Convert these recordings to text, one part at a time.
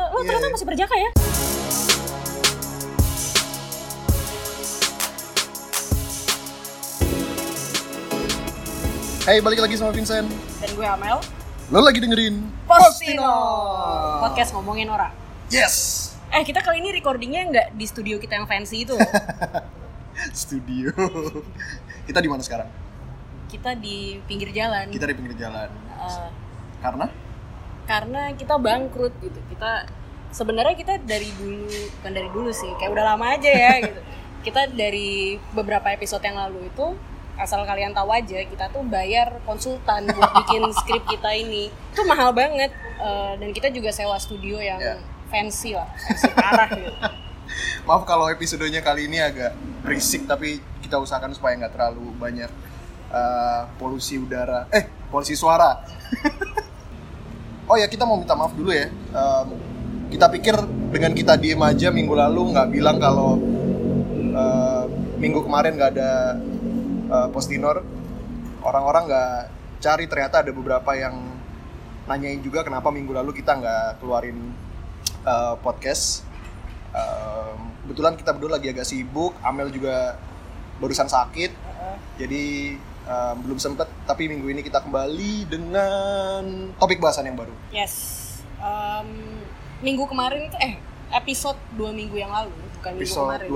oh ternyata masih berjaka ya Hey, balik lagi sama Vincent. dan gue Amel Lo lagi dengerin Postino podcast ngomongin orang Yes. eh kita kali ini recordingnya nggak di studio kita yang fancy itu loh. Studio. Kita di mana sekarang? kita di pinggir jalan Kita di pinggir jalan. Eh, Karena karena kita bangkrut gitu kita sebenarnya kita dari dulu bukan dari dulu sih kayak udah lama aja ya gitu kita dari beberapa episode yang lalu itu asal kalian tahu aja kita tuh bayar konsultan buat bikin skrip kita ini itu mahal banget Eh, dan kita juga sewa studio yang Ya. fancy lah fancy parah gitu maaf kalau episodenya kali ini agak berisik tapi kita usahakan supaya nggak terlalu banyak eh, polusi udara. Eh, polusi suara. oh ya, kita mau minta maaf dulu ya. Em, kita pikir dengan kita diem aja minggu lalu nggak bilang kalau eh, minggu kemarin nggak ada eh, postinor, orang-orang nggak cari ternyata ada beberapa yang nanyain juga kenapa minggu lalu kita nggak keluarin eh, podcast. Em, kebetulan kita berdua lagi agak sibuk, Amel juga barusan sakit, jadi em, belum sempet. Tapi minggu ini kita kembali dengan topik bahasan yang baru. yes Em, minggu kemarin tuh eh episode dua minggu yang lalu bukan minggu Episode kemarin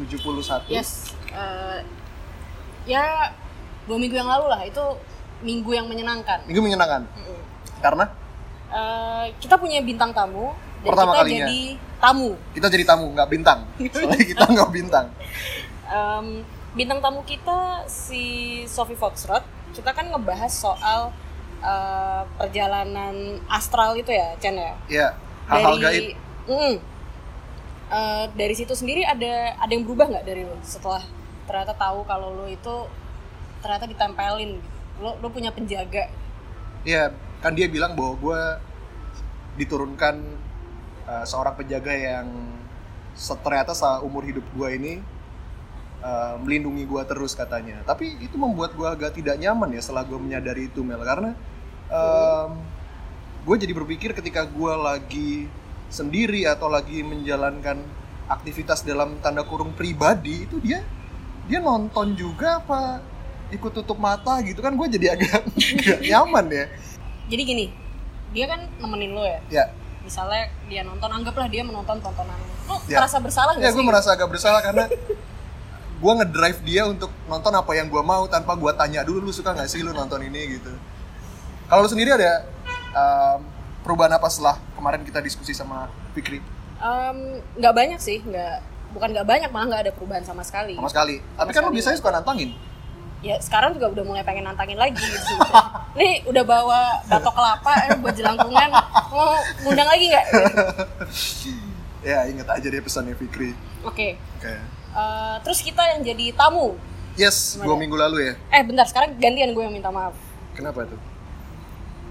271. Yes. eh, ya dua minggu yang lalu lah itu minggu yang menyenangkan. Minggu menyenangkan Mm-mm. karena Eh, kita punya bintang tamu dan Pertama kita kalinya. jadi tamu. kita jadi tamu nggak bintang. Soalnya kita nggak bintang. Em, Um, bintang tamu kita si Sophie Foxtrot. Kita kan ngebahas soal eh, perjalanan astral itu ya, Chen ya. Ya, hal-hal gaib. Mm-mm. Eh, dari situ sendiri ada ada yang berubah nggak dari lo setelah ternyata tahu kalau lo itu ternyata ditempelin gitu. lo lo punya penjaga Iya, kan dia bilang bahwa gue diturunkan uh, seorang penjaga yang se- ternyata seumur hidup gue ini uh, melindungi gue terus katanya. Tapi itu membuat gue agak tidak nyaman ya setelah gue menyadari itu Mel karena gue jadi berpikir ketika gue lagi sendiri atau lagi menjalankan aktivitas dalam tanda kurung pribadi itu dia dia nonton juga apa ikut tutup mata gitu kan gue jadi agak nggak nyaman ya jadi gini dia kan nemenin lo ya ya misalnya dia nonton anggaplah dia menonton tontonan lo lo Ya. merasa bersalah ya nggak gue sih merasa agak bersalah karena gue ngedrive dia untuk nonton apa yang gue mau tanpa gue tanya dulu lu suka nggak sih lu nonton ini gitu kalau lu sendiri ada um, perubahan apa setelah kemarin kita diskusi sama Fikri Em, nggak banyak sih nggak bukan nggak banyak malah nggak ada perubahan sama sekali sama sekali tapi kan lu sekali. biasanya suka nantangin ya sekarang juga udah mulai pengen nantangin lagi gitu. Nih udah bawa batok kelapa eh, buat jelangkungan, mau ngundang lagi nggak? ya inget aja deh pesannya Fikri Oke. Oke. Eh, terus kita yang jadi tamu. yes dua minggu lalu ya Eh bentar, sekarang gantian gue yang minta maaf. kenapa tuh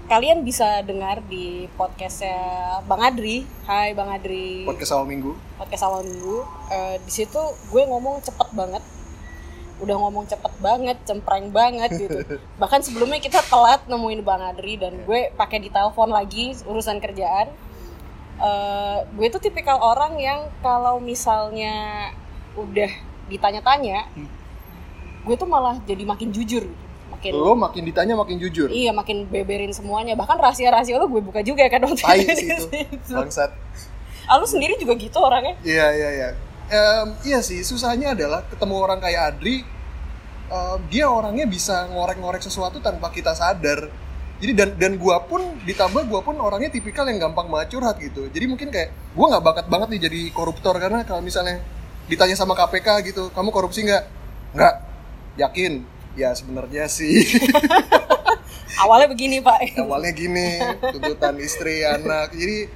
Kalian bisa dengar di podcastnya Bang Adri. Hai Bang Adri. podcast awal minggu podcast awal minggu eh, di situ gue ngomong cepet banget udah ngomong cepet banget cempreng banget gitu bahkan sebelumnya kita telat nemuin bang Adri dan gue pakai ditelepon lagi urusan kerjaan Eh, gue tuh tipikal orang yang kalau misalnya udah ditanya-tanya gue tuh malah jadi makin jujur gitu. makin lu makin ditanya makin jujur iya makin beberin semuanya bahkan rahasia-rahasia lo gue buka juga kan waktu tai itu di sih itu situ. bangsat Ah, lu sendiri juga gitu orangnya Iya iya iya. Em, iya sih susahnya adalah ketemu orang kayak Adri, em, dia orangnya bisa ngorek-ngorek sesuatu tanpa kita sadar. Jadi dan dan gua pun ditambah gua pun orangnya tipikal yang gampang banget curhat gitu. Jadi mungkin kayak gua nggak bakat banget nih jadi koruptor karena kalau misalnya ditanya sama KPK gitu, kamu korupsi nggak? Nggak. Yakin? Ya sebenarnya sih. awalnya begini pak awalnya gini tuntutan istri anak jadi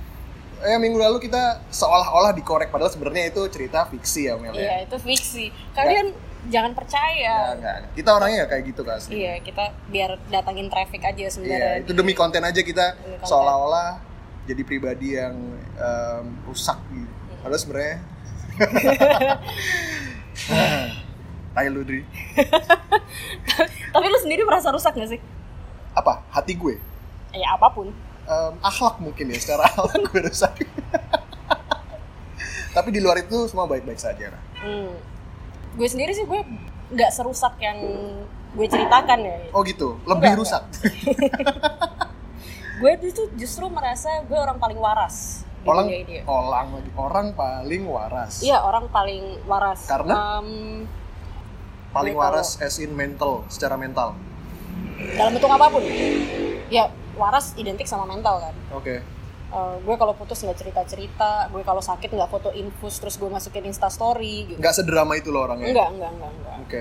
eh minggu lalu kita seolah-olah dikorek padahal sebenarnya itu cerita fiksi ya Mel ya Iya, itu fiksi. Kalian jangan percaya. Nggak, Ya, nggak. kita orangnya nggak kayak gitu kan Iya, kita biar datangin traffic aja iya sebenarnya. itu demi konten aja kita Demi konten. seolah-olah jadi pribadi yang em, rusak gitu Iya. padahal sebenarnya Tai lu Dri. Tapi lu sendiri merasa rusak gak sih? Apa? Hati gue? Ya apapun. Eh, em, akhlak mungkin ya secara akhlak gue rusak tapi di luar itu semua baik-baik saja Ra. Hmm. Gue sendiri sih gue nggak serusak yang gue ceritakan ya. oh gitu lebih Enggak, rusak Gue itu justru merasa gue orang paling waras di orang dunia ini. orang lagi orang paling waras Iya orang paling waras. Karena? Em, paling Gue kalau- waras as in mental secara mental dalam bentuk apapun. Ya waras identik sama mental kan. oke Eh, gue kalau putus nggak cerita cerita, gue kalau sakit nggak foto infus terus gue masukin instastory gitu. nggak sederama itu loh orangnya Enggak enggak enggak enggak. oke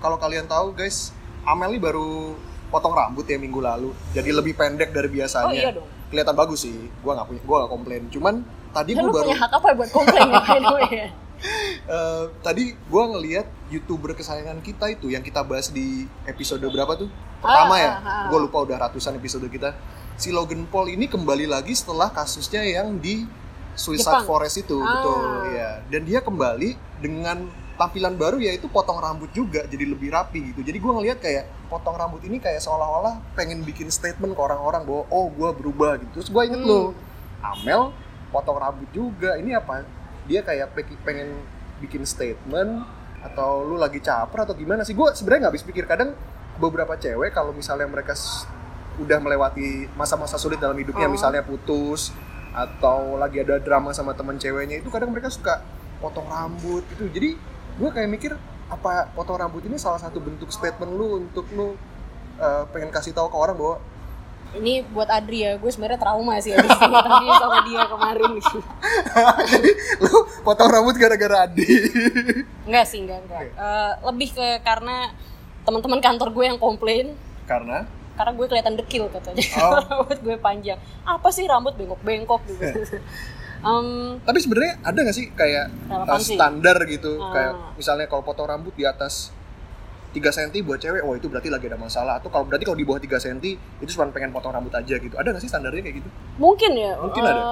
kalau kalian tahu guys Amel ini baru potong rambut ya minggu lalu jadi lebih pendek dari Hmm. biasanya Oh iya dong. kelihatan bagus sih gue nggak punya gue nggak komplain cuman tadi Ya, gue lu baru punya hak apa buat komplain ya, by the way ya? eh, tadi gue ngelihat youtuber kesayangan kita itu yang kita bahas di episode berapa tuh Ah, pertama ya ah, ah. gue lupa udah ratusan episode kita si Logan Paul ini kembali lagi setelah kasusnya yang di Suicide Jepang. Forest itu Ah. betul ya dan dia kembali dengan tampilan baru yaitu potong rambut juga jadi lebih rapi gitu jadi gue ngelihat kayak potong rambut ini kayak seolah-olah pengen bikin statement ke orang-orang bahwa oh gue berubah gitu terus gue Hmm. inget lo Amel potong rambut juga ini apa dia kayak pe- pengen bikin statement atau lu lagi caper atau gimana sih gue sebenarnya nggak habis pikir kadang beberapa cewek kalau misalnya mereka s- udah melewati masa-masa sulit dalam hidupnya Oh. misalnya putus atau lagi ada drama sama teman ceweknya itu kadang mereka suka potong rambut gitu jadi gue kayak mikir apa potong rambut ini salah satu bentuk statement lu untuk lu eh, pengen kasih tahu ke orang bahwa Ini buat Adri ya, gue sebenarnya trauma sih abis tadi sama dia kemarin gitu. jadi lu potong rambut gara-gara Adi Enggak sih, enggak, enggak. Eh, lebih ke karena teman-teman kantor gue yang komplain karena karena gue kelihatan dekil katanya. Oh. rambut gue panjang. Apa sih rambut bengkok-bengkok gitu. Em, tapi sebennya ada nggak sih kayak uh, Relevansi. standar gitu Ah. kayak misalnya kalau potong rambut di atas 3 cm buat cewek, oh itu berarti lagi ada masalah atau kalau berarti kalau di bawah 3 cm itu cuma pengen potong rambut aja gitu. Ada nggak sih standarnya kayak gitu? mungkin ya. Mungkin eh, ada.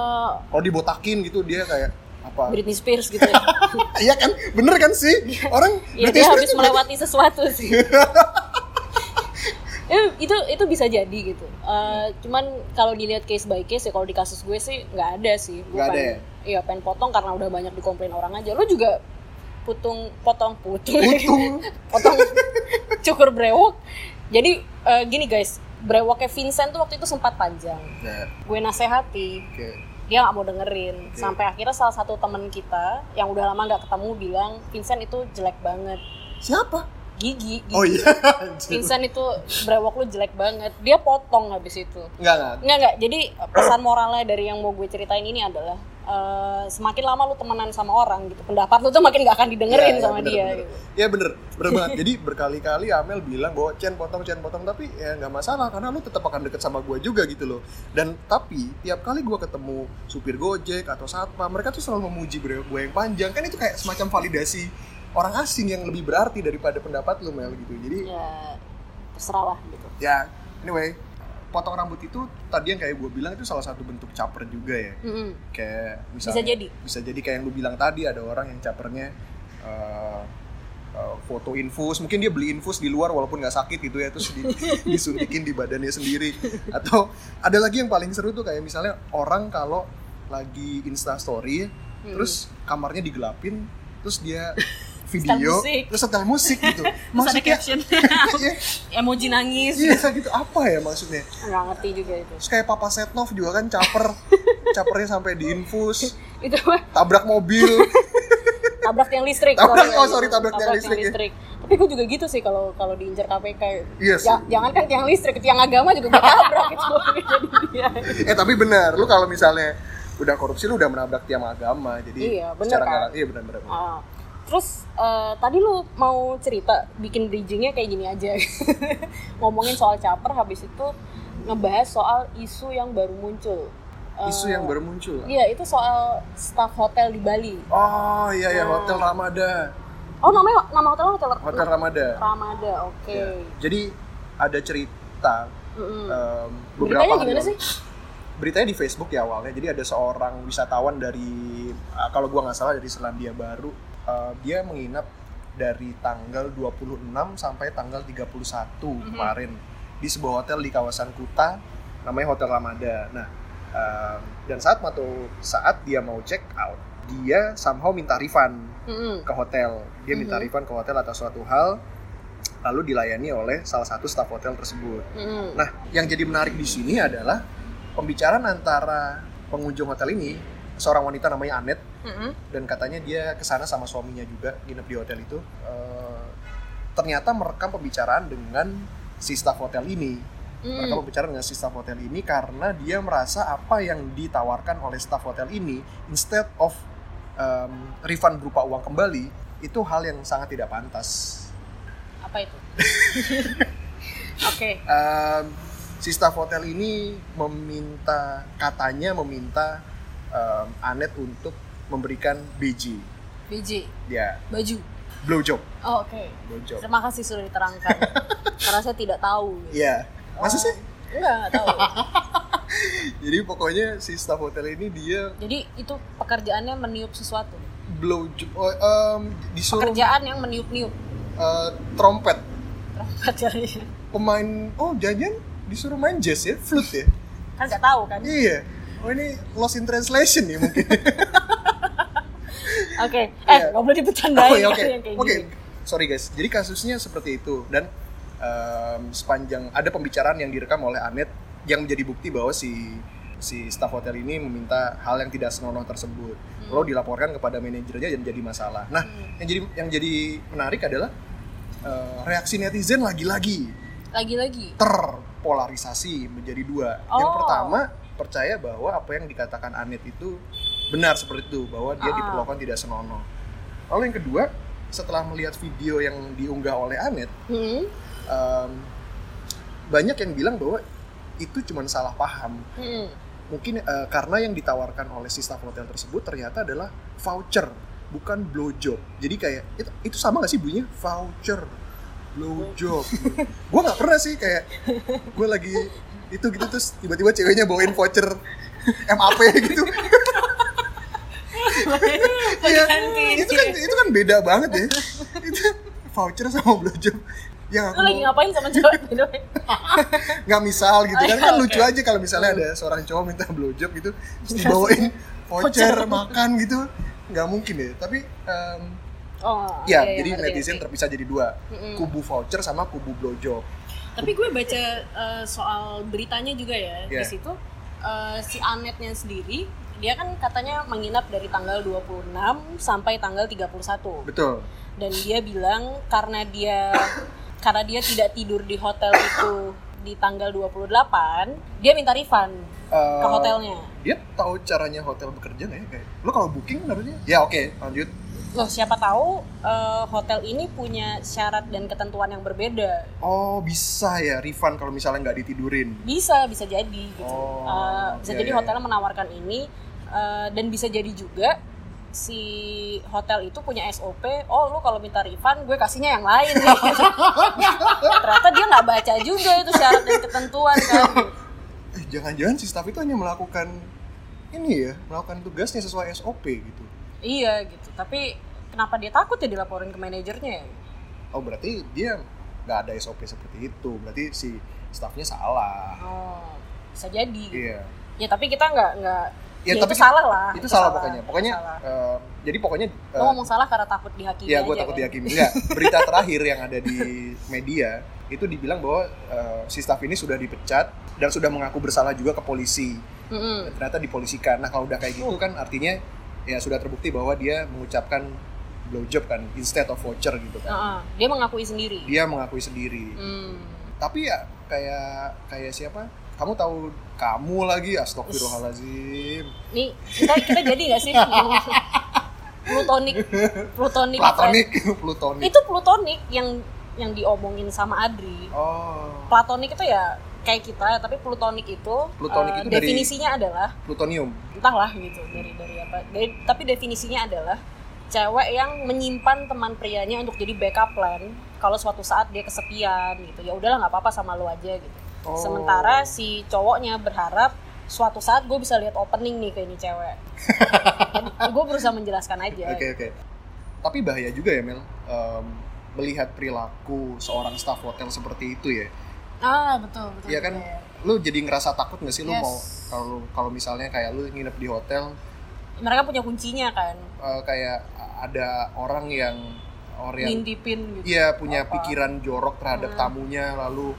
Kalau dibotakin gitu dia kayak apa? Britney Spears gitu ya. Iya kan? Bener kan sih? Orang ya dia Britney Spears habis tuh berarti- melewati sesuatu sih Eh, itu itu bisa jadi gitu Eh, cuman kalau dilihat case by case ya kalau di kasus gue sih nggak ada sih gue Nggak ada ya? pengen- iya pengen potong karena udah banyak dikomplain orang aja lo juga putung potong putung Putung. potong cukur brewok jadi eh, gini guys brewoknya Vincent tuh waktu itu sempat panjang Nah, gue nasehati oke. dia nggak mau dengerin Oke. sampai akhirnya salah satu temen kita yang udah lama nggak ketemu bilang Vincent itu jelek banget Siapa? gigi, gigi. Oh iya. anjir. Vincent itu brewok lu jelek banget dia potong habis itu Nggak nggak. nggak nggak jadi pesan moralnya dari yang mau gue ceritain ini adalah eh, semakin lama lu temenan sama orang gitu pendapat lu tuh makin gak akan Iya, didengerin iya, sama bener, dia bener. gitu. Iya bener, bener banget. Jadi berkali-kali Amel bilang bahwa Chen potong, Chen potong, tapi ya nggak masalah karena lu tetap akan deket sama gue juga gitu loh. Dan tapi tiap kali gue ketemu supir Gojek atau satpam, mereka tuh selalu memuji bre gue yang panjang. Kan itu kayak semacam validasi orang asing yang lebih berarti daripada pendapat lu Mel gitu. Jadi ya terserah lah gitu ya anyway, potong rambut itu tadi yang kayak gue bilang itu salah satu bentuk caper juga ya. Mm-mm. Kayak bisa misalnya jadi bisa jadi kayak yang lu bilang tadi ada orang yang capernya eh, eh, foto infus mungkin dia beli infus di luar walaupun nggak sakit gitu ya terus di- disuntikin di badannya sendiri atau ada lagi yang paling seru tuh kayak misalnya orang kalau lagi insta story Mm. terus kamarnya digelapin terus dia Setel video musik. terus setel musik gitu Terus ada maksudnya caption iya, emoji nangis iya gitu apa ya maksudnya nggak ngerti juga itu terus kayak Papa Setnov juga kan caper capernya sampai diinfus itu mah tabrak mobil tabrak tiang listrik Tabrak- oh, sorry, tabrak tiang listrik, ya. tapi gue juga gitu sih kalau kalau diincar KPK Iya sih. jangan kan tiang listrik tiang agama juga gue tabrak itu jadi dia eh tapi benar lu kalau misalnya udah korupsi lu udah menabrak tiang agama jadi Iya, benar secara kan? nggak- iya benar benar benar. Ah, terus eh, tadi lu mau cerita bikin bridgingnya kayak gini aja ngomongin soal caper habis itu ngebahas soal isu yang baru muncul Eh, isu yang baru muncul iya itu soal staff hotel di Bali oh iya ya hotel ramada oh namanya nama hotel hotel, hotel ramada Ramada oke Iya. jadi ada cerita Mm-mm. em, beritanya beberapa hari Hmm. gimana lalu. sih beritanya di Facebook ya awalnya jadi ada seorang wisatawan dari eh, kalau gua nggak salah dari Selandia Baru eh, dia menginap dari tanggal 26 sampai tanggal 31 kemarin di sebuah hotel di kawasan Kuta namanya Hotel Ramada. Nah, um, dan saat atau saat dia mau check out, dia somehow minta refund Mm-mm. ke hotel. Dia minta Mhm. refund ke hotel atas suatu hal, lalu dilayani oleh salah satu staf hotel tersebut. Mm-mm. Nah, yang jadi menarik di sini adalah pembicaraan antara pengunjung hotel ini, seorang wanita namanya Anet, Mm-mm. dan katanya dia kesana sama suaminya juga nginep di hotel itu. Eh, ternyata merekam pembicaraan dengan si staf hotel ini. Mm-mm. Mereka berbicara dengan si staf hotel ini karena dia merasa apa yang ditawarkan oleh staf hotel ini instead of um, refund berupa uang kembali itu hal yang sangat tidak pantas. apa itu oke Um, si staf hotel ini meminta katanya meminta um, Anet untuk memberikan BJ BJ ya baju blowjob oh, oke blowjob. terima kasih sudah diterangkan karena saya tidak tahu gitu. Iya. Masa sih? enggak enggak tahu Jadi pokoknya si staf hotel ini dia jadi itu pekerjaannya meniup sesuatu blowjob oh, um, disuruh pekerjaan yang meniup-niup uh, trompet Terangkat dari pemain oh jangan disuruh main jazz ya flute ya kan nggak tahu kan oke iya oh ini lost in translation ya mungkin eh Iya. nggak boleh dipecandain oh ya, oke kan yang kayak oke gini sorry guys jadi kasusnya seperti itu dan em, sepanjang ada pembicaraan yang direkam oleh Anet yang menjadi bukti bahwa si si staf hotel ini meminta hal yang tidak senonoh tersebut lalu dilaporkan kepada manajernya dan jadi masalah nah Hmm. yang jadi yang jadi menarik adalah eh, reaksi netizen lagi-lagi lagi-lagi terpolarisasi menjadi dua. Yang Oh. pertama percaya bahwa apa yang dikatakan Anet itu benar seperti itu bahwa Ah. dia diperlakukan tidak senonoh. Lalu yang kedua setelah melihat video yang diunggah oleh Anet hmm. em, banyak yang bilang bahwa itu cuma salah paham. Hmm. Mungkin eh, karena yang ditawarkan oleh si staff hotel tersebut ternyata adalah voucher bukan blowjob. Jadi kayak itu, itu sama gak sih bunyinya voucher blowjob. gue nggak pernah sih kayak gue lagi itu gitu terus tiba-tiba ceweknya bawain voucher MAP gitu. Iya. Ganti. itu kan itu kan beda banget ya. Itu voucher sama blowjob yang Lu lagi aku ngapain sama gitu? cewek by the way? nggak misal gitu kan kan Oke. lucu aja kalau misalnya ada seorang cowok minta blowjob gitu terus dibawain voucher Voucher. makan gitu nggak mungkin ya tapi em, Oh, iya, ya iya, jadi ngerti, netizen ngerti. terpisah jadi dua Mm-mm. kubu voucher sama kubu blowjob Tapi gue baca eh, soal beritanya juga ya. Iya. Di situ eh, si Anetnya sendiri dia kan katanya menginap dari tanggal 26 sampai tanggal 31. betul Dan dia bilang karena dia karena dia tidak tidur di hotel itu di tanggal 28, dia minta refund Eh, ke hotelnya. dia tahu caranya hotel bekerja nggak ya kayak lo kalau booking harusnya ya oke lanjut Loh, siapa tahu eh, hotel ini punya syarat dan ketentuan yang berbeda. oh bisa ya refund kalau misalnya nggak ditidurin bisa bisa jadi gitu Oh, Eh, bisa iya, jadi iya, hotelnya menawarkan ini eh, dan bisa jadi juga si hotel itu punya SOP oh lu kalau minta refund gue kasihnya yang lain nih ternyata dia nggak baca juga itu syarat dan ketentuan kan eh jangan-jangan si staff itu hanya melakukan ini ya melakukan tugasnya sesuai SOP gitu iya gitu tapi kenapa dia takut ya dilaporin ke manajernya ya? oh berarti dia nggak ada SOP seperti itu berarti si staffnya salah oh bisa jadi iya ya tapi kita nggak nggak Ya, ya, itu tapi salah lah itu, salah, pokoknya pokoknya salah. eh, jadi pokoknya eh, Lo ngomong salah karena takut dihakimi ya gue aja, takut kan? dihakimi Nggak, berita terakhir yang ada di media itu dibilang bahwa eh, si staff ini sudah dipecat dan sudah mengaku bersalah juga ke polisi Mm-mm. ternyata dipolisikan nah kalau udah kayak gitu kan artinya ya sudah terbukti bahwa dia mengucapkan blowjob kan instead of voucher gitu kan Heeh. dia mengakui sendiri dia mengakui sendiri Hmm. tapi ya kayak kayak siapa kamu tahu kamu lagi astagfirullahalazim Nih, kita kita jadi nggak sih? plutonik, plutonik, platonik plutonik Itu plutonik yang yang diomongin sama Adri. oh Platonik itu ya kayak kita, tapi plutonik itu, Plutonik eh, itu dari- definisinya adalah plutonium entahlah gitu dari dari apa. Dari- tapi definisinya adalah cewek yang menyimpan teman prianya untuk jadi backup plan kalau suatu saat dia kesepian gitu. Ya udahlah nggak apa-apa sama lu aja gitu. Oh. Sementara si cowoknya berharap suatu saat gue bisa lihat opening nih ke ini cewek. gue berusaha menjelaskan aja. oke oke tapi bahaya juga ya Mel em, melihat perilaku seorang staf hotel seperti itu ya Ah betul betul. ya kan betul. lu jadi ngerasa takut nggak sih lu Yes. mau kalau kalau misalnya kayak lu nginep di hotel mereka punya kuncinya kan eh, kayak ada orang yang orang yang ngintipin gitu Iya punya Apa? pikiran jorok terhadap Hmm. tamunya lalu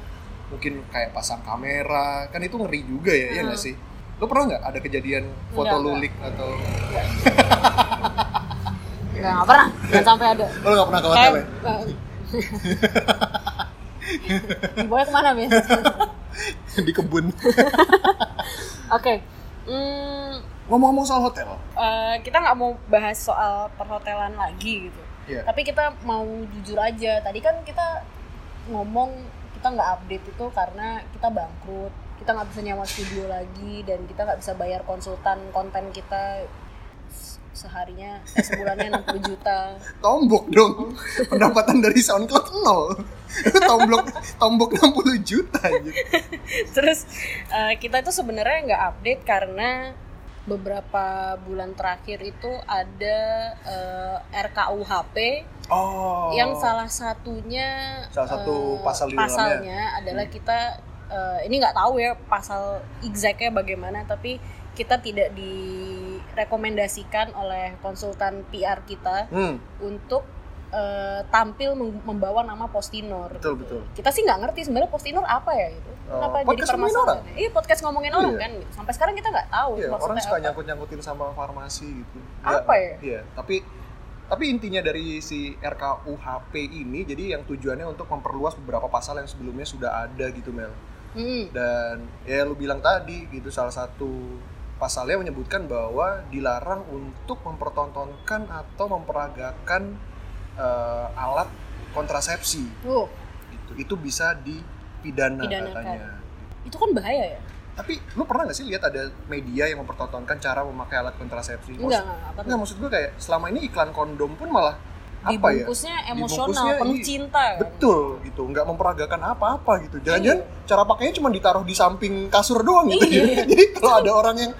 mungkin kayak pasang kamera kan itu ngeri juga ya ya Hmm. nggak sih lo pernah nggak ada kejadian Nggak, foto nggak. lulik atau nggak nggak pernah nggak sampai ada Eh, lo nggak pernah ke hotel kayak ya Dibawanya kemana Bin? di kebun oke Hmm, ngomong-ngomong soal hotel eh, kita nggak mau bahas soal perhotelan lagi gitu Iya. tapi kita mau jujur aja tadi kan kita ngomong kita nggak update itu karena kita bangkrut kita nggak bisa nyawa studio lagi dan kita nggak bisa bayar konsultan konten kita se- seharinya eh, sebulannya 60 juta tombok dong pendapatan dari SoundCloud nol tombok tombok 60 juta gitu. terus eh, kita itu sebenarnya nggak update karena beberapa bulan terakhir itu ada eh, RKUHP oh yang salah satunya Salah eh, satu pasal di Hmm. pasalnya adalah kita eh, ini nggak tahu ya pasal exactnya bagaimana tapi kita tidak direkomendasikan oleh konsultan PR kita hmm untuk eh, tampil meng- membawa nama Postinor betul betul kita sih nggak ngerti sebenarnya postinor apa ya gitu kenapa jadi podcast ngomongin permasalahan iya podcast ngomongin orang Iya. kan gitu. sampai sekarang kita nggak tahu Iya, maksudnya orang suka apa. nyangkut-nyangkutin sama farmasi gitu. Apa ya? Iya, tapi tapi intinya dari si RKUHP ini jadi yang tujuannya untuk memperluas beberapa pasal yang sebelumnya sudah ada gitu Mel. Mm-mm. Dan ya lu bilang tadi gitu salah satu pasalnya menyebutkan bahwa dilarang untuk mempertontonkan atau memperagakan eh, alat kontrasepsi Wow, gitu. Itu bisa dipidana Pidanakan. katanya. itu kan bahaya Iya, ya Tapi lu pernah nggak sih lihat ada media yang mempertontonkan cara memakai alat kontrasepsi? Maksud- enggak enggak apa tuh Nggak, maksud gue kayak selama ini iklan kondom pun malah apa ya? dibungkusnya emosional Dibungkusnya, penuh iya. cinta kan? Betul gitu, nggak memperagakan apa-apa gitu. Jangan-jangan cara pakainya cuma ditaruh di samping kasur doang gitu. Iya. Jadi kalau ada orang yang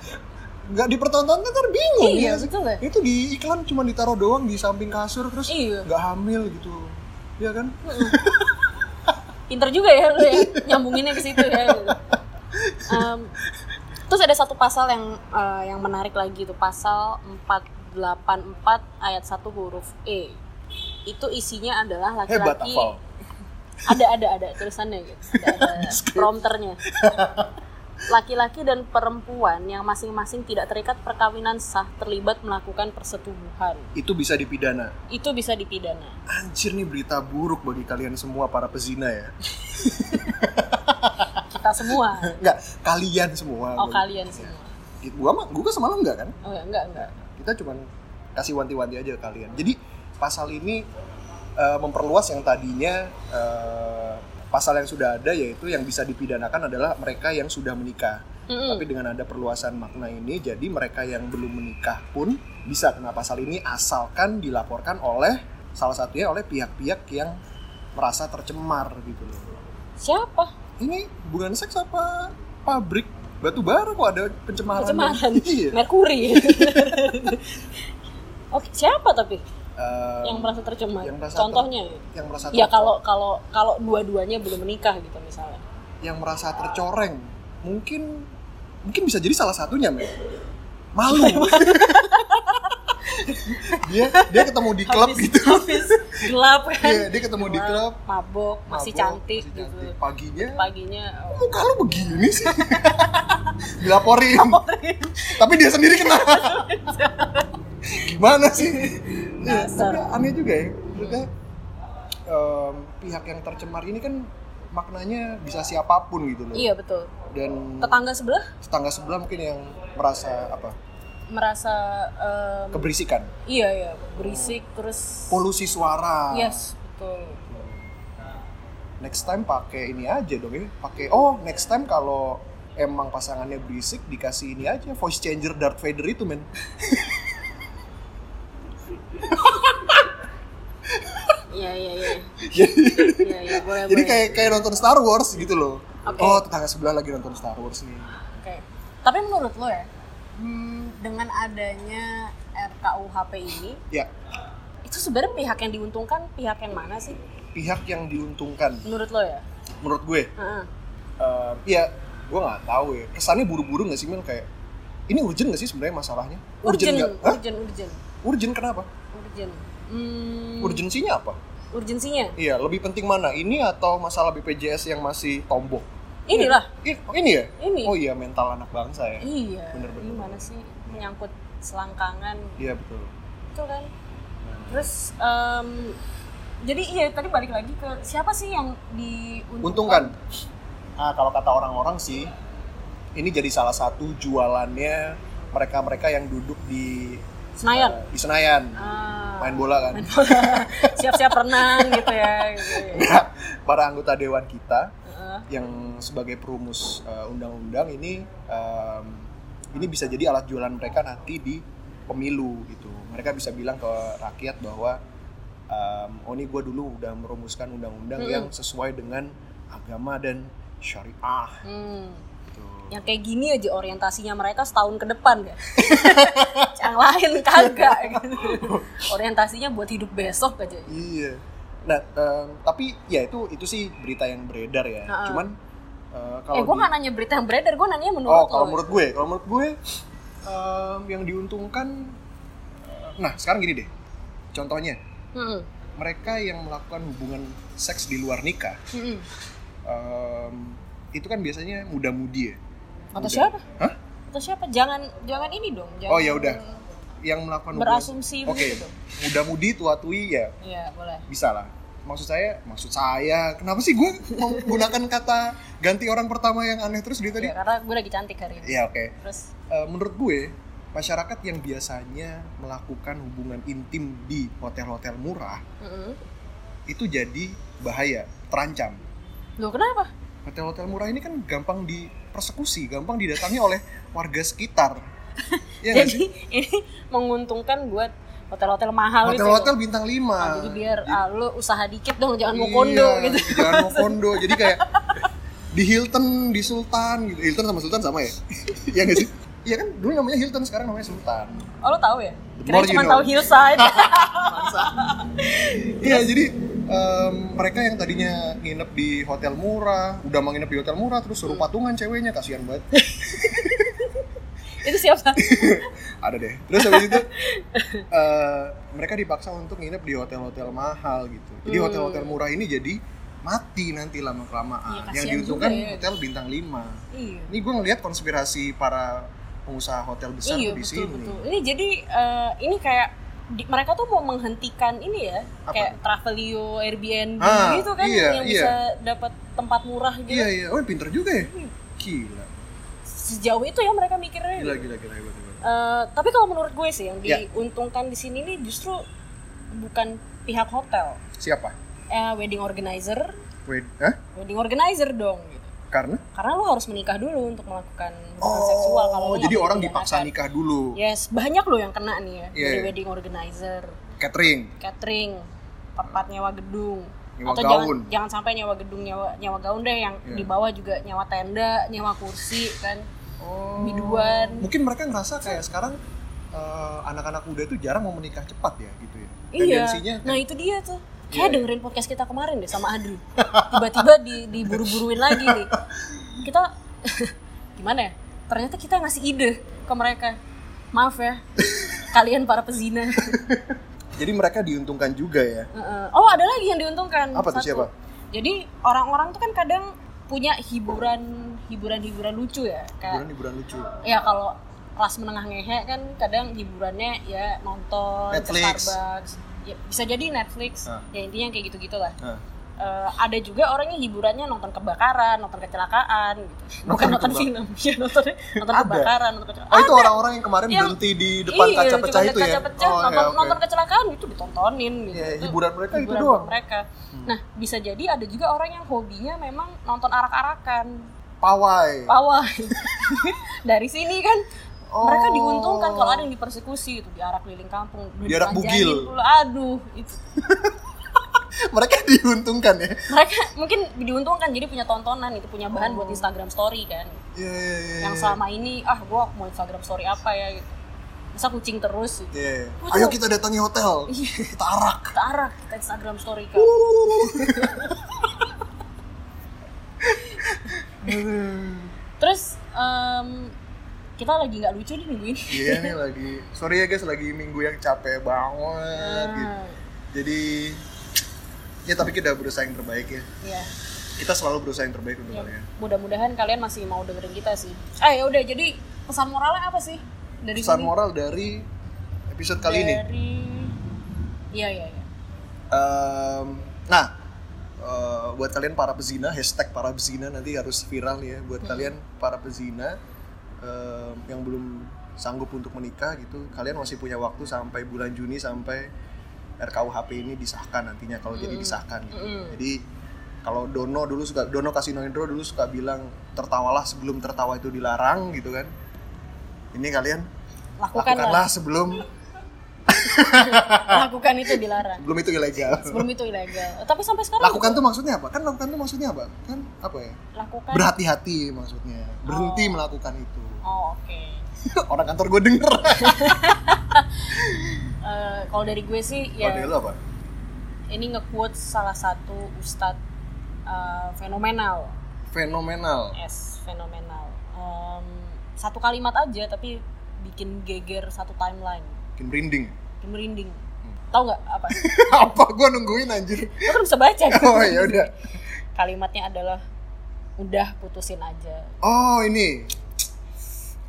nggak dipertontonkan kan bingung iya ya. betul ya Itu di iklan cuma ditaruh doang di samping kasur terus iya nggak hamil gitu. Iya kan? pinter juga ya lu Iya. ya nyambunginnya ke situ ya Em, terus ada satu pasal yang eh, yang menarik lagi itu pasal 484 ayat 1 huruf E itu isinya adalah Hebat laki-laki hafal. ada ada ada tulisannya gitu ada, ada prompternya laki-laki dan perempuan yang masing-masing tidak terikat perkawinan sah terlibat melakukan persetubuhan Itu bisa dipidana. itu bisa dipidana Anjir nih berita buruk bagi kalian semua para pezina ya. kita semua Enggak, kalian semua. oh Bagi- kalian semua Gitu. Gua mah gua kan semalam enggak kan? oh ya, enggak enggak Nah, kita cuman kasih wanti-wanti aja ke kalian. Jadi pasal ini eh, memperluas yang tadinya eh, pasal yang sudah ada yaitu yang bisa dipidanakan adalah mereka yang sudah menikah. Mm-mm. Tapi dengan ada perluasan makna ini, jadi mereka yang belum menikah pun bisa kena pasal ini asalkan dilaporkan oleh salah satunya oleh pihak-pihak yang merasa tercemar gitu loh. siapa Ini hubungan seks apa pabrik batu bara kok ada pencemaran? Pencemaran. Iya. Merkuri oke siapa tapi Eh, yang merasa tercemar yang merasa ter- contohnya yang merasa ya tercemar. kalau kalau kalau dua-duanya belum menikah gitu misalnya yang merasa tercoreng mungkin mungkin bisa jadi salah satunya men malu dia dia ketemu di klub Habis- gitu habis gelap kan Iya, dia ketemu di klub mabok masih mabok, cantik masih gitu cantik. paginya paginya oh, muka lu begini sih dilaporin tapi dia sendiri kena gimana sih Iya, Dasar. tapi aneh juga ya maksudnya em, pihak yang tercemar ini kan maknanya bisa siapapun gitu loh iya betul dan tetangga sebelah tetangga sebelah mungkin yang merasa apa merasa em, keberisikan iya ya berisik terus polusi suara yes betul next time pakai ini aja dong ya pakai oh next time kalau emang pasangannya berisik dikasih ini aja voice changer Darth Vader itu men iya iya iya jadi iya iya boleh jadi boleh. kayak kayak nonton Star Wars gitu loh Oke. oh tetangga sebelah lagi nonton Star Wars nih Oke. Tapi menurut lo ya, hmm, dengan adanya RKUHP ini, ya itu sebenarnya pihak yang diuntungkan pihak yang mana sih? pihak yang diuntungkan Menurut lo ya? menurut gue Heeh. eh, ya gue nggak tahu ya kesannya buru-buru nggak sih Mel kayak ini urgent nggak sih sebenarnya masalahnya urgent nggak Hah? urgent urgent urgent kenapa urgent hmm, urgensinya apa urgensinya iya lebih penting mana ini atau masalah BPJS yang masih tombok inilah I- ini ya Ini. oh iya mental anak bangsa ya iya Bener, bener. gimana sih menyangkut selangkangan iya betul itu kan terus em, jadi iya tadi balik lagi ke siapa sih yang diuntungkan Untungkan. Ah, kalau kata orang-orang sih, ini jadi salah satu jualannya mereka-mereka yang duduk di Senayan eh, di Senayan Ah, main bola kan. siap-siap renang gitu ya gitu. Para anggota dewan kita Heeh. yang sebagai perumus eh, undang-undang ini em, ini bisa jadi alat jualan mereka nanti di pemilu gitu. Mereka bisa bilang ke rakyat bahwa em, oh ini gue dulu udah merumuskan undang-undang Mm-mm. yang sesuai dengan agama dan syariah Hmm. gitu. yang kayak gini aja orientasinya mereka setahun ke depan ya yang lain kagak gitu. orientasinya buat hidup besok aja Eh, Iya. Nah, em, tapi ya itu itu sih berita yang beredar ya. Ha-ha. Cuman eh, eh kalau gue di- nggak nanya berita yang beredar gue nanya menurut ya. oh lo. kalau menurut gue, kalau menurut gue em, yang diuntungkan, eh, nah sekarang gini deh, contohnya Mm-mm. mereka yang melakukan hubungan seks di luar nikah Mm-mm. em, itu kan biasanya muda-mudi ya. atau Muda. siapa Hah? atau siapa jangan jangan ini dong jangan Oh, ya udah. Yang melakukan berasumsi hubungan, oke, begitu dong. muda-mudi tua-tui ya Iya boleh bisa lah maksud saya maksud saya kenapa sih gue menggunakan kata ganti orang pertama yang aneh terus gitu tadi Ya, karena gue lagi cantik hari ini ya oke terus Eh, menurut gue masyarakat yang biasanya melakukan hubungan intim di hotel-hotel murah mm-mm. itu jadi bahaya terancam Loh, kenapa hotel-hotel murah ini kan gampang dipersekusi gampang didatangi oleh warga sekitar ya nggak sih? jadi ini menguntungkan buat hotel-hotel mahal gitu hotel-hotel bintang 5 Ah, jadi biar ah, lo usaha dikit dong jangan Iya. mau kondo gitu Jangan mau kondo. Jadi kayak di Hilton, di Sultan gitu. Hilton sama Sultan sama ya? Iya nggak sih? Iya kan dulu namanya Hilton, sekarang namanya Sultan. Oh lo tahu ya? The Kira more you cuma know. tahu hillside. Iya, jadi em, mereka yang tadinya nginep di hotel murah, udah mau nginep di hotel murah terus suruh patungan ceweknya, kasihan banget. itu siapa? Ada deh. Terus habis itu eh, mereka dipaksa untuk nginep di hotel-hotel mahal gitu. Jadi Hmm. hotel-hotel murah ini jadi mati nanti lama Iya, kelamaan. kasihan yang diuntungkan juga ya. hotel bintang 5. iya. Ini gue ngelihat konspirasi para pengusaha hotel besar Iya tuh di betul sini. betul. Ini jadi eh, ini kayak di- mereka tuh mau menghentikan ini ya Apa? kayak Travelio, Airbnb Ah, gitu kan iya, yang iya. bisa dapat tempat murah gitu. Iya iya, oh pinter juga ya. Iya. Gila, Sejauh itu ya mereka mikirnya. gila gila gila hebat hebat. Eh, tapi kalau menurut gue sih yang Iya. diuntungkan di sini nih justru bukan pihak hotel, Siapa? Eh, wedding organizer, Wait, hah? wedding organizer dong. Gitu. Karena? Karena lo harus menikah dulu untuk melakukan hubungan seksual kalau lo Oh, jadi nggak orang punya Iya. dipaksa anak. nikah dulu. Yes, banyak loh yang kena nih ya. Iya, Dari iya. wedding organizer, Catering. catering, tempat nyewa gedung. Nyewa Atau gaun. jangan jangan sampai nyewa gedung, nyewa nyewa gaun deh yang Iya. di bawah juga nyewa tenda, nyewa kursi kan. Oh. Biduan. Mungkin mereka ngerasa kayak sekarang eh, anak-anak muda tuh jarang mau menikah cepat ya gitu ya. Tendensinya Iya. Nah, itu dia tuh. Kayak Iya. dengerin podcast kita kemarin deh sama Adri. Tiba-tiba di diburu-buruin lagi nih. Kita gimana ya? Ternyata kita ngasih ide ke mereka. Maaf ya. Kalian para pezina. jadi mereka diuntungkan juga ya. Heeh. Oh ada lagi yang diuntungkan. Apa tuh, siapa? Jadi orang-orang tuh kan kadang punya hiburan hiburan hiburan lucu ya. Kayak Hiburan-hiburan lucu. Nah. ya kalau kelas menengah ngehe kan kadang hiburannya ya nonton ke Netflix. Starbucks. Ya, bisa jadi Netflix. Ah. Ya intinya kayak gitu gitulah. Nah, Eh, ada juga orang yang hiburannya nonton kebakaran, nonton kecelakaan gitu. Bukan nonton Nonton kebak- film, ya nonton nonton Ada? kebakaran, nonton kecelakaan. Oh, itu orang-orang yang kemarin Yang- berhenti di depan Iya, kaca cuma pecah lihat itu ya. kaca pecah, Oh, nonton, ya, oke. nonton kecelakaan itu ditontonin gitu. Iya, Itu hiburan mereka itu hiburan doang. Hmm. mereka. Nah, bisa jadi ada juga orang yang hobinya memang nonton arak-arakan. Pawai. Pawai. Dari sini kan mereka Oh. diuntungkan kalau ada yang dipersekusi itu diarak keliling kampung, Udah Diarak dipanjangin bugil. pula. Aduh, itu. mereka diuntungkan ya. Mereka mungkin diuntungkan jadi punya tontonan itu punya bahan buat Instagram story kan. Iya, iya, iya, Yang iya. selama ini ah gua mau Instagram story apa ya gitu. Masa kucing terus gitu. Iya. Waduh. Iya. Ayo kita datangi hotel. Kita arak. Kita arak, kita Instagram story kan. Aduh. em, kita lagi nggak lucu nih nungguin Iya nih lagi, sorry ya guys, lagi minggu yang capek banget gitu. Ah, Jadi, ya tapi kita berusaha yang terbaik ya. Iya. Kita selalu berusaha yang terbaik untuk Ya, kalian. mudah-mudahan kalian masih mau dengerin kita sih. Ah ya udah jadi pesan moralnya apa sih dari Pesan sini? moral dari episode kali ini. Dari Iya iya iya. Em, nah, eh, buat kalian para pezina, hashtag para pezina nanti harus viral ya. Buat kalian para pezina em, yang belum sanggup untuk menikah gitu, kalian masih punya waktu sampai bulan Juni sampai RKUHP ini disahkan nantinya kalau jadi disahkan. Gitu. Mm-mm. Jadi kalau Dono dulu suka Dono Kasinoendro dulu suka bilang tertawalah sebelum tertawa itu dilarang gitu kan. Ini kalian Lakukanlah. lakukanlah sebelum Lakukan itu dilarang. sebelum itu ilegal. Sebelum itu ilegal. Tapi sampai sekarang Lakukan tuh maksudnya apa? Kan lakukan tuh maksudnya apa? Kan apa ya? lakukan. berhati-hati maksudnya berhenti Oh. melakukan itu Oh, oke. orang kantor gue denger Eh, kalau dari gue sih ya Model apa ini nge-quote salah satu ustadz eh, fenomenal. fenomenal Es fenomenal. Em, satu kalimat aja tapi bikin geger satu timeline. bikin merinding Bikin merinding. Hmm. Tahu nggak apa? apa gue nungguin anjir Lo kan bisa baca. oh ya udah Kalimatnya adalah udah putusin aja. oh ini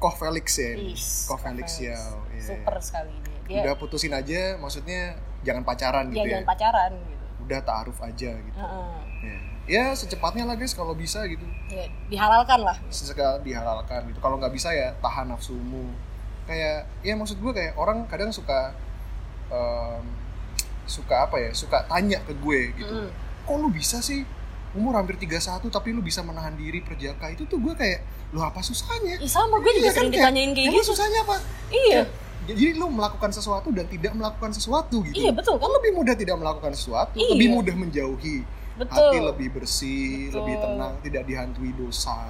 Koh Felix ya ini. Is, Koh Felix ya iya, Super sekali dia. Dia iya. udah putusin aja maksudnya jangan pacaran dia gitu ya Iya, jangan pacaran gitu. udah taaruf aja gitu Heeh. ya. ya secepatnya lah guys kalau bisa gitu Ya, dihalalkan lah. sesekali dihalalkan gitu kalau nggak bisa ya tahan nafsumu kayak ya maksud gue kayak orang kadang suka em, suka apa ya suka tanya ke gue gitu Mm. kok lu bisa sih umur hampir 31 tapi lu bisa menahan diri perjaka itu tuh gue kayak lu apa susahnya Ih, sama gue juga Iya kan, sering kayak, ditanyain kayak emang gitu. susahnya apa Iya, jadi lu melakukan sesuatu dan tidak melakukan sesuatu gitu iya betul kan? Kan lebih mudah tidak melakukan sesuatu Iya. lebih mudah menjauhi Betul. hati lebih bersih Betul. lebih tenang tidak dihantui dosa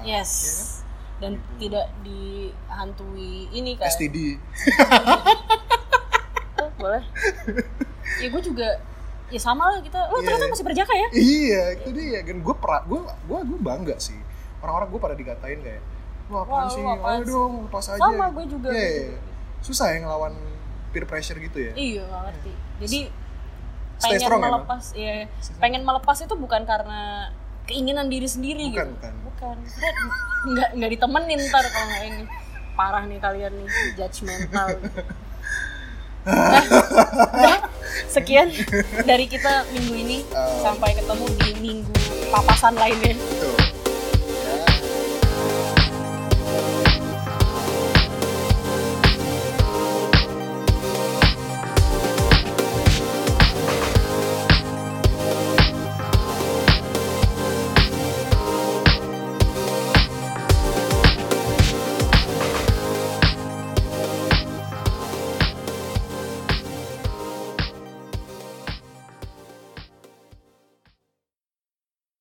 Yes. ya kan? Dan Gitu. tidak dihantui ini kan. STD Oh, boleh. ya gue juga ya sama lah kita. Lo Iya, ternyata iya. masih berjaka ya? Iya, itu dia. Dan gue pra, gue gue gue bangga sih. Orang-orang gue pada dikatain kayak, lu Wah, apaan lu sih? apaan Ayo sih?" dong, lepas aja. Sama gue juga. Iya, iya. Susah ya ngelawan peer pressure gitu ya. Iya, gak ngerti. Jadi Stay pengen strong emang. melepas, ya pengen melepas itu bukan karena keinginan diri sendiri Bukan, gitu. bukan. Bukan. Kita nggak nggak ditemenin ntar kalau nggak ini. Parah nih kalian nih judgmental. Nah, udah. sekian dari kita minggu ini. Um. Sampai ketemu di minggu papasan lainnya. Tuh.